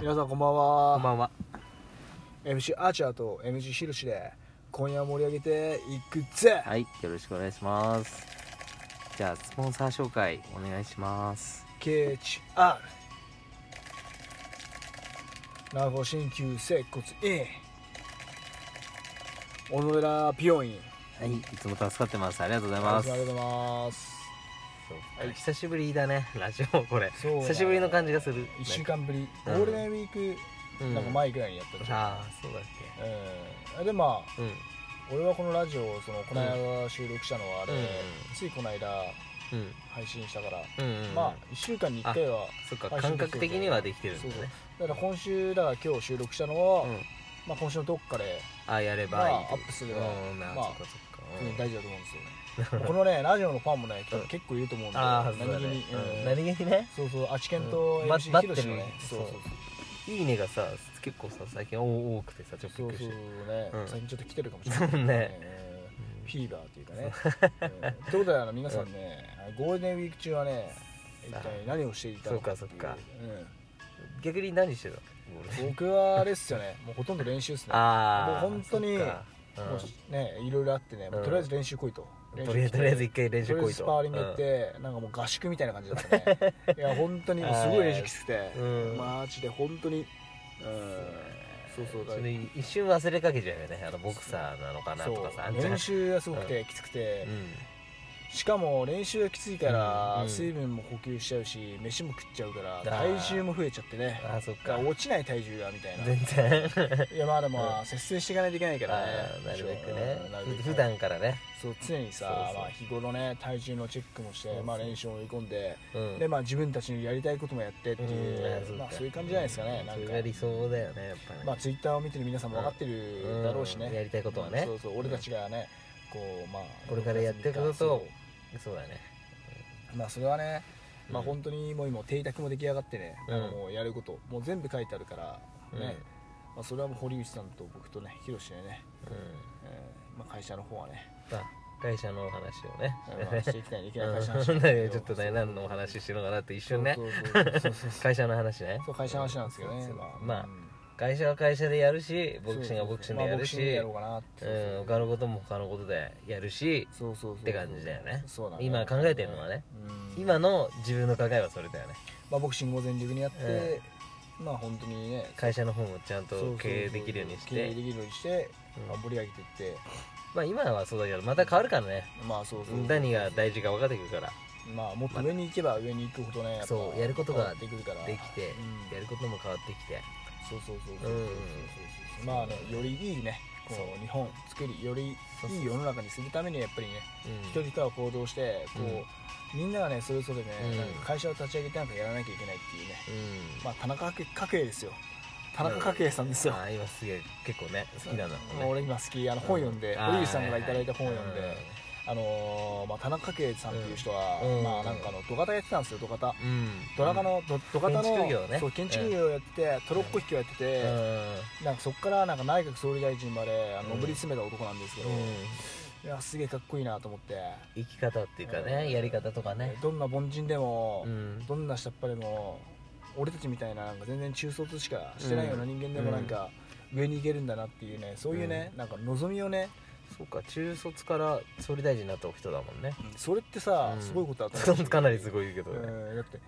皆さんこんばんはこんばんは MC アーチャーと MC ひろしで今夜盛り上げていくぜはいよろしくお願いしますじゃあスポンサー紹介お願いします KHR 名護鍼灸接骨院小野寺ピオンはいいつも助かってますありがとうございあまりすがとうございますそうはい久しぶりだねラジオこれそうだね久しぶりの感じがする1週間ぶりゴうんールデンウィークなんか前ぐらいにやったじゃん、ああそうだっうんでまあけうん俺はこのラジオをそのこの間収録したのはあれ、うんついこの間うん配信したから、うんうんまあ1週間に1回はそっか配信感できてるから覚的にはできてるんだねそうだから今週だから今日収録したのは、うんまあ、今週のどっかでああやれまばあいいアップすればうんなまあそっかそっかうん大事だと思うんですよねこのねラ ジオのファンもねうん結構いると思うんでああそうだ何気ねにうんうん何気にねそうそうあちけんとうんま MC ひろしの待っねてるそうそうそういいねがさ結構さ最近多多くてさちょっとそびうっくそりうしねうん最近ちょっと来てるかもしれないそう ねえーうフんィーバーというかねうんということであの皆さんねゴールデンウィーク中はね一体何をしていたのかそうかそうかっていうた逆に何してたの俺うん僕はあれっすよねもうほとんど練習っすねああもう本当にももうねいろいろあってねもうとりあえず練習来いとうんとりあえずとりあえず一回練習とりあ来えいずとスパーリング行って、なんかもう合宿みたいな感じだったね いや本当にもうすごい練習きつくて、うんマジで本当にうんそうそうだそかられ一瞬忘れかけちゃうよねあのボクサーなのかなとかさあんそうじゃん練習がすごくてきつくて、しかも練習がきついかうんらうん水分も補給しちゃうし飯も食っちゃうからー体重も増えちゃってねうんあそっだかから落ちない体重がみたいな全 然 いやまあでもまあ節制していかないといけないかあらねーなるべくうねんなるべくふ普段からねそう常にさそうそうまあ、日頃ね体重のチェックもしてそうそうまあ、練習を追い込んで、うんでまあ、自分たちのやりたいこともやってってういんう、かまあ、そういう感じじゃないですかね、うんなそんれかが理想だよねやっぱねまあ、ツイッターを見てる皆さんも分かってるだろうしね、うんやりたいことはねそうそう俺たちがね、こうまあこれからやっていくことそうそうだねまあそれはね、まあうん本当にもう今邸宅も出来上がってね、うんあのもうやることもう全部書いてあるからね、まあ、それはもう堀内さんと僕とねヒロシでね、うんうんえーまあ、会社の方はね、まあ会社のお話をねまあ、していきたいいけない会社の話うなんんだけ ねどちょっとね何のお話ししてるのかなって一そう瞬ねそうそうそうそう会社の話ねそう会社の話なんですけどね、そうそうままああ会社は会社でやるしボクシングはボクシングでやるまあボクシしングでやろうかなってうん他のことも他のことでやるしそうそうそうって感じだよねそうだね今考えてるのはねうん今の自分の考えはそれだよねまあ、ボクシングも全力にやって、まあ本当にね会社の方もちゃんそうそうそとう経営できるようにし経営でてきるようにして、うんまあ、盛り上げていってまあ今はそうだけどまた変わるからねまあそうそう何が大事か分かってくるからまあもっと上に行けば上に行くほどねっぱそうやることが変わってくるからできてうんやることも変わってきてそうそうそうそうそうそううんうんそうまあねよりいいねこそうう日本を作りよりそうそういい世の中にするためにやっぱりねうん人々は行動してこうみんながねそれぞれねうんなんか会社を立ち上げてなんかやらなきゃいけないっていうねうんまあ田中角栄ですよ田中角栄さんですよあー今すげえ結構ね好きなんだもんねもう俺今好きあの本読んでう堀内さんからいただいたあー本は読んはであのーまあ田中角栄さんっていう人はうんまあなんかあの土方やってたんですよ土方うんうんドラカのど土方の建築業ねそう建築業をやっててトロッコ引きをやってうてんうんなんかそこからなんか内閣総理大臣まであのうん上り詰めた男なんですけど、いやすげえかっこいいなと思って生き方っていうかうんねやり方とかねどんな凡人でも、うんどんな下っ端でも俺たちみたいななんか全然中卒しかしてないような人間でもうんなんか上に行けるんだなっていうねそういうね、なんか望みをねそうか中卒から総理大臣になった人だもんねそれってさ、うんすごいことだとそ思うう かなりすごいけどねうんだって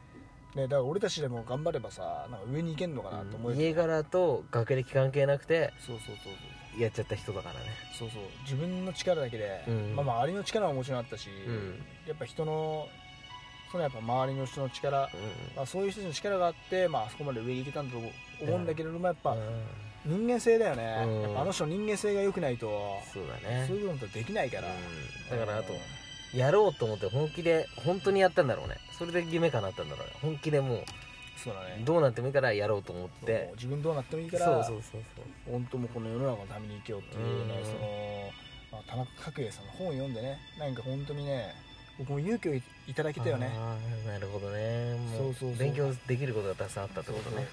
ねだから俺たちでも頑張ればさなんか上に行けんのかなと思えうんる、家柄と学歴関係なくてそうそうそうそうやっちゃった人だからねそうそう自分の力だけで、うんまあ、周りの力ももちろんあったし、うんやっぱ人のそのやっぱ周りの人の力、まあ、そういう人たちの力があって、まああそこまで上に行けたんだと思うんだけれどもやっぱうん人間性だよね、うんやっぱあの人人間性が良くないとそうだねそういうことできないから、うんだからあとやろうと思って本気で本当にやったんだろうねそれで夢叶ったんだろうね本気でもうそうだねどうなってもいいからやろうと思ってもう自分どうなってもいいそかうらそうそうそう本当もうこの世の中のために生きようっていうね、うんその、まあ、田中角栄さんの本を読んでねなんか本当にね僕も勇気をいただけたよねあーなるほどねもそうそうそう勉強できることがたくさんあったってことね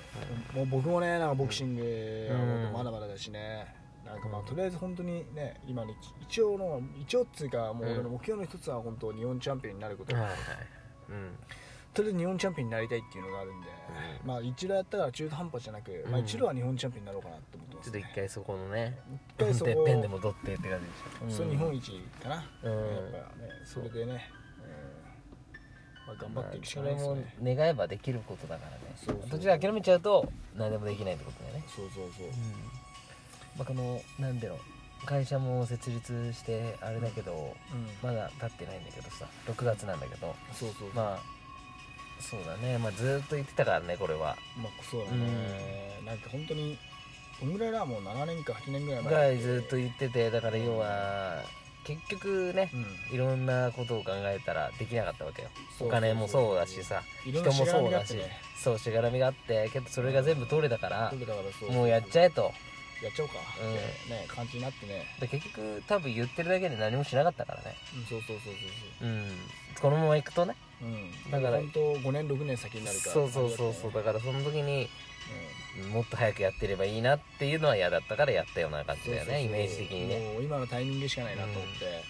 もう僕もねなんかボクシングはもっとうんまだまだだしね、なんかまあうんとりあえず本当にね今ね一応の一応っつうかもう俺の目標の一つは本当日本チャンピオンになること、はいはいうんとりあえず日本チャンピオンになりたいっていうのがあるんで、うんまあ一郎やったから中途半端じゃなく、うんまあ一郎は日本チャンピオンになろうかなと思ってまちょす、っとね一回そこのね一て回そこ っぺんでも取ってって感じでしそょれ日本一かな、うんやっぱねそれでね、うんまあ、頑張っていくしかないですよね、それも願えばできることだからねそうそう途中で諦めちゃうと何でもできないってことだよねそうそうそう、まあ、このなんだろう会社も設立してあれだけどうんまだ経ってないんだけどさ6月なんだけどそうそうそうまあ、まあそうだね、まあ、ずーっと言ってたからねこれはそうだね、なんか本当にどんぐらいだもう7年か8年ぐらい前ぐらいずーっと言っててだから要は結局ねうんいろんなことを考えたらできなかったわけよそうそうそうお金もそうだしさいろ人んなもそうしがらみがあだしってねそうしがらみがあってけどそれが全部取れたからだからそうもうやっちゃえとやっちゃおうかってうんね感じになってね、で結局多分言ってるだけで何もしなかったからねうん、そうそうそうそううんこのままいくとねそううんだから本当5年6年先になるからそうそうそうそうだからその時にもっと早くやってればいいなっていうのは嫌だったからやったような感じだよねイメージ的にねもう今のタイミングしかないなと思って、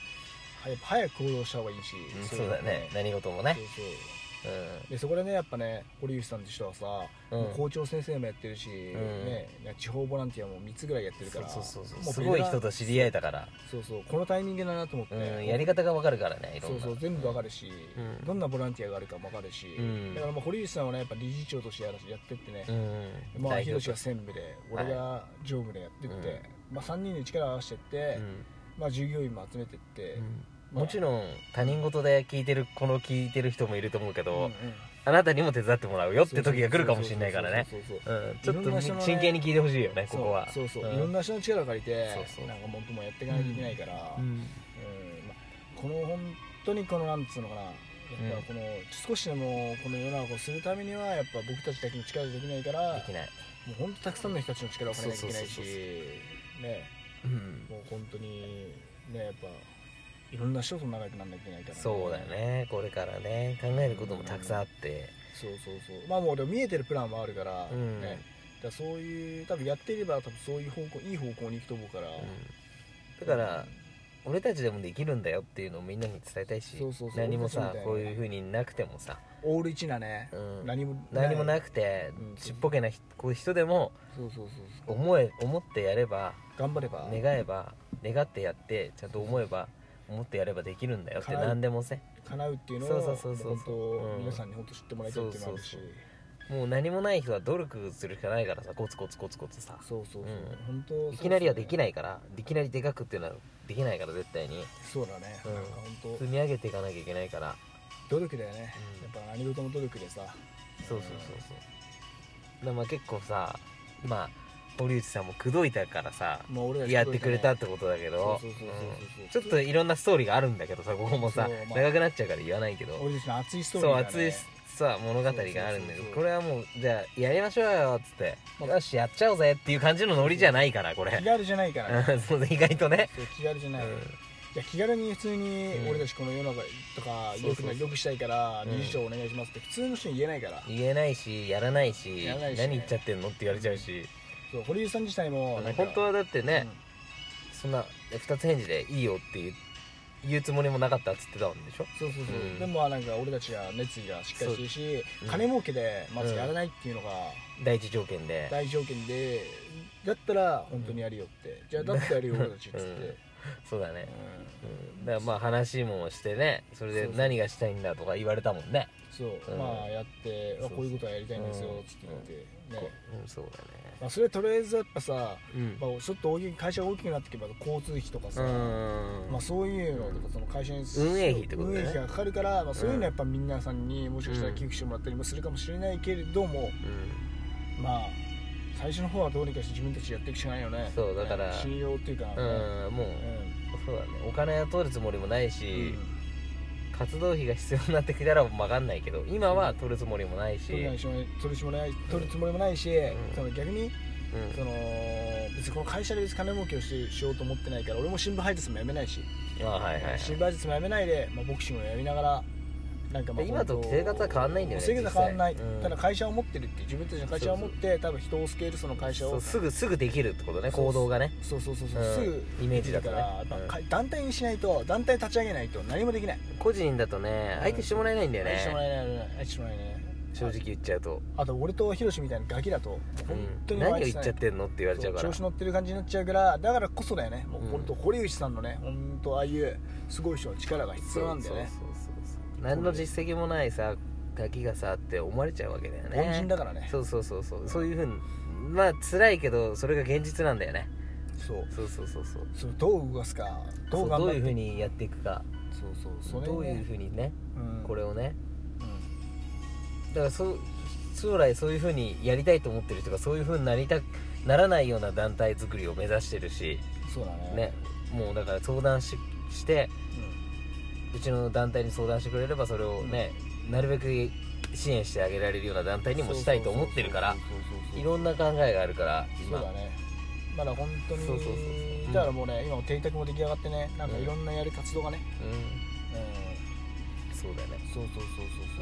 早く早く行動した方がいいし、うんそうだよね何事もねそうそうでそこでねやっぱね堀内さんって人はさ、うんうん校長先生もやってるし、ね、地方ボランティアも3つぐらいやってるかそうらそうそうそうもうすごいベテラ人ンと知り合えたからそうそうこのタイミングだなと思って、うんやり方がわかるからねいろんそうなそう全部わかるし、うんどんなボランティアがあるかもわかるし、うんだからもう堀内さんはねやっぱ理事長としてやらやってってねう、んまあ代ヒロ表シが専務で俺が常務でやってって、はいまあ3人で力を合わせてって、うんまあ従業員も集めてって、うんもちろん他人事で聞いてるこの聞いてる人もいると思うけうんうどんあなたにも手伝ってもらうよって時が来るかもしれないからねそうそうそうそううんちょいっろんとな人のね真剣に聞いてほしいよねここはそうそうそう、んいろんな人の力を借りてそうそうなんかもうもやっていかないといけないから、ううんんまあ、この本当にこのなんつうのかなやっぱこの、少しでもこの世の中をするためにはやっぱ僕たちだけの力じゃできないからできないもう本当たくさんの人たちの力を借りなきゃいけないしそうそうそうねうんもう本当にねやっぱいろんな人と仲良くならなきゃいけないから、そうだよねこれからね考えることもたくさんあってそうそうそうまあもうでも見えてるプランもあるから、うんねだからそういう多分やっていれば多分そういう方向いい方向に行くと思うから、うんだから俺たちでもできるんだよっていうのをみんなに伝えたいしそうそうそう何も俺たちみさたいなこういう風になくてもさオール一なね、うん何も何もいなくてうんちっぽけなひこういう人でもそうそうそうそう思え思ってやれば頑張れば願えば願ってやってちゃんと思えば思ってやればできるんだよって叶う何でもせ叶うっていうのをそうそうそうそう本当、うん皆さんに本当知ってもらいたいっていうのもあるしそうもう何もない人は努力するしかないからさコツコツコツコツさそうそうそううん本当いきなりはできいないからいきなりでかくっていうのはできないから絶対にそうだね、うんなんか本積み上げていかなきゃいけないから当努力だよね、うんやっぱ何事も努力でさそうそうそうそうだからまあ結構さまあ堀内さんも口説いたからさまあ俺らやってくれたっってことだけどそうそうそうそううんちょっといろんなストーリーがあるんだけどさここもさそうまあ長くなっちゃうから言わないけど俺たちの熱いストーリそーうが、ね、熱いさ物語があるんだそうそけうそうそどうこれはもうじゃあやりましょうよっつってまあよしやっちゃおうぜっていう感じのノリじゃないからこ気れ軽じゃないから、ね、うんそう意外とねそう気軽じゃうない、いんや気軽に普通にうん俺たちこの世の中とかそうよくそうそうなよくしたいからうん理事長お願いしますって普通の人に言えないから、言えないしやらないしやらないしね何言っちゃってんのって言われちゃうしそう堀内さん自体もなんか本当はだってねうんそんな二つ返事でいいよって言う言うつもりもなかったっつってたんでしょそうそうそう、うんでもまあなんか俺たちが熱意がしっかりしてるし、そう金儲けでまずうんやらないっていうのが第一条件で大条件で、だったら本当にやるよって、じゃあだったらやるよ俺たちっつって、うんそうだねう、んうん、だからまあ話もしてねそれそでうそう何がしたいんだとか言われたもんねそう、うんまあやってそうそうあこういうことはやりたいんですようんつって言って、こね、うんそうだねまあ、それとりあえずやっぱさ、うんまあ、ちょっと大きい会社が大きくなってけば交通費とかさ、うんまあ、そういうのとかその会社に運営費ってこと運だ営よね費がかかるから、まあ、そういうのはやっぱ皆さんにもしかしたら寄付してもらったりもするかもしれないけれども、まあ最初の方はどうにかして自分たちでやっていくしかないよねそうだからね信用っていうか、うん、うん、もうそうだねお金は取るつもりもないうんし、活動費が必要になってきたら分かんないけど今は取るつもりもないし、取るつもり取るつもりない取るつもりもないし、んその逆にうんその別にこの会社で別に金儲けをししようと思ってないから俺も新聞配達もやめないし、あはいはいはい新聞配達もやめないで、まあ、ボクシングをやりながらなんかまあ今と生活は変わんないんだよね生活は変わんない、実際うんただ会社を持ってるって自分たちの会社を持って多分人をスケールその会社そうをすぐすぐできるってことねそう行動がねそうそうそうそう、うんすぐイメージだとねから、まあうんか団体にしないと団体立ち上げないと何もできない、個人だとね相手してもらえないんだよ愛してもらねえない愛してもらえない正直言っちゃうとあと俺とヒロシみたいなガキだとう本当んに何を愛言さなっいちゃってんのって言われちゃうかそらう調子乗ってる感じになっちゃうからだからこそだよねもううん本当堀内さんのね本当ああいうすごい人の力が必要なんだよねそうそうそうそう何の実績もないさガキがさって思われちゃうわけだよね凡人だからねそうそうそうそうそういうふうにまあ辛いけどそれが現実なんだよねそうそうそうそうそうそれどう動かすかどそうう頑どう張いうっふうてにやっていくかそうそうそれねどういうふうにねうんこれをねうんだからそう将来そういうふうにやりたいと思ってる人がそういうふうになりたならないような団体作りを目指してるしそうだねねもうだから相談ししてうんうちの団体に相談してくれればそれをね、なるべく支援してあげられるような団体にもしたいと思ってるからそうそうそうそういろんな考えがあるからそ今うだねまだ本当にそうそうそうそううんだからもうね今も邸宅も出来上がってねなんかうんいろんなやる活動がねうんうんそうだねそうそうそうそうそ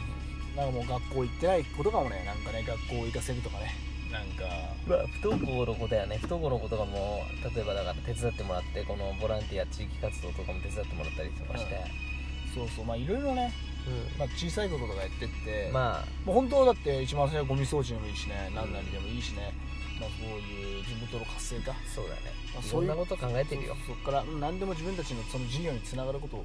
うなんかもう学校行ってない子とかもねなんかね学校行かせるとかねなんかまあ不登校の子だよね不登校の子とかも例えばだから手伝ってもらってこのボランティア地域活動とかも手伝ってもらったりとかして、そうそうまあいろいろね、うまあ、小さいこととかやってってん、まあもう本当だって一番最初はゴミ掃除でもいいしね何なりでもいいしね、まあ、そういう地元の活性化そうだねまあいそろういんうなこと考えてるよそそっからうん何でも自分たちのその事業につながることを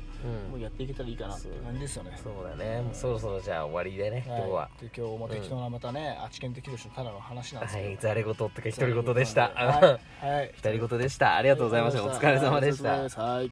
もうやっていけたらいいかなって感じですよねそうだねもうそろそろじゃあ終わりでね今日ははい、で今日も適当なまたね、あっち県適当市のただの話なんですはけど、いざれ言ってか独り言でした はい、はい独り言でしたありがとうございましたお疲れ様でしたはい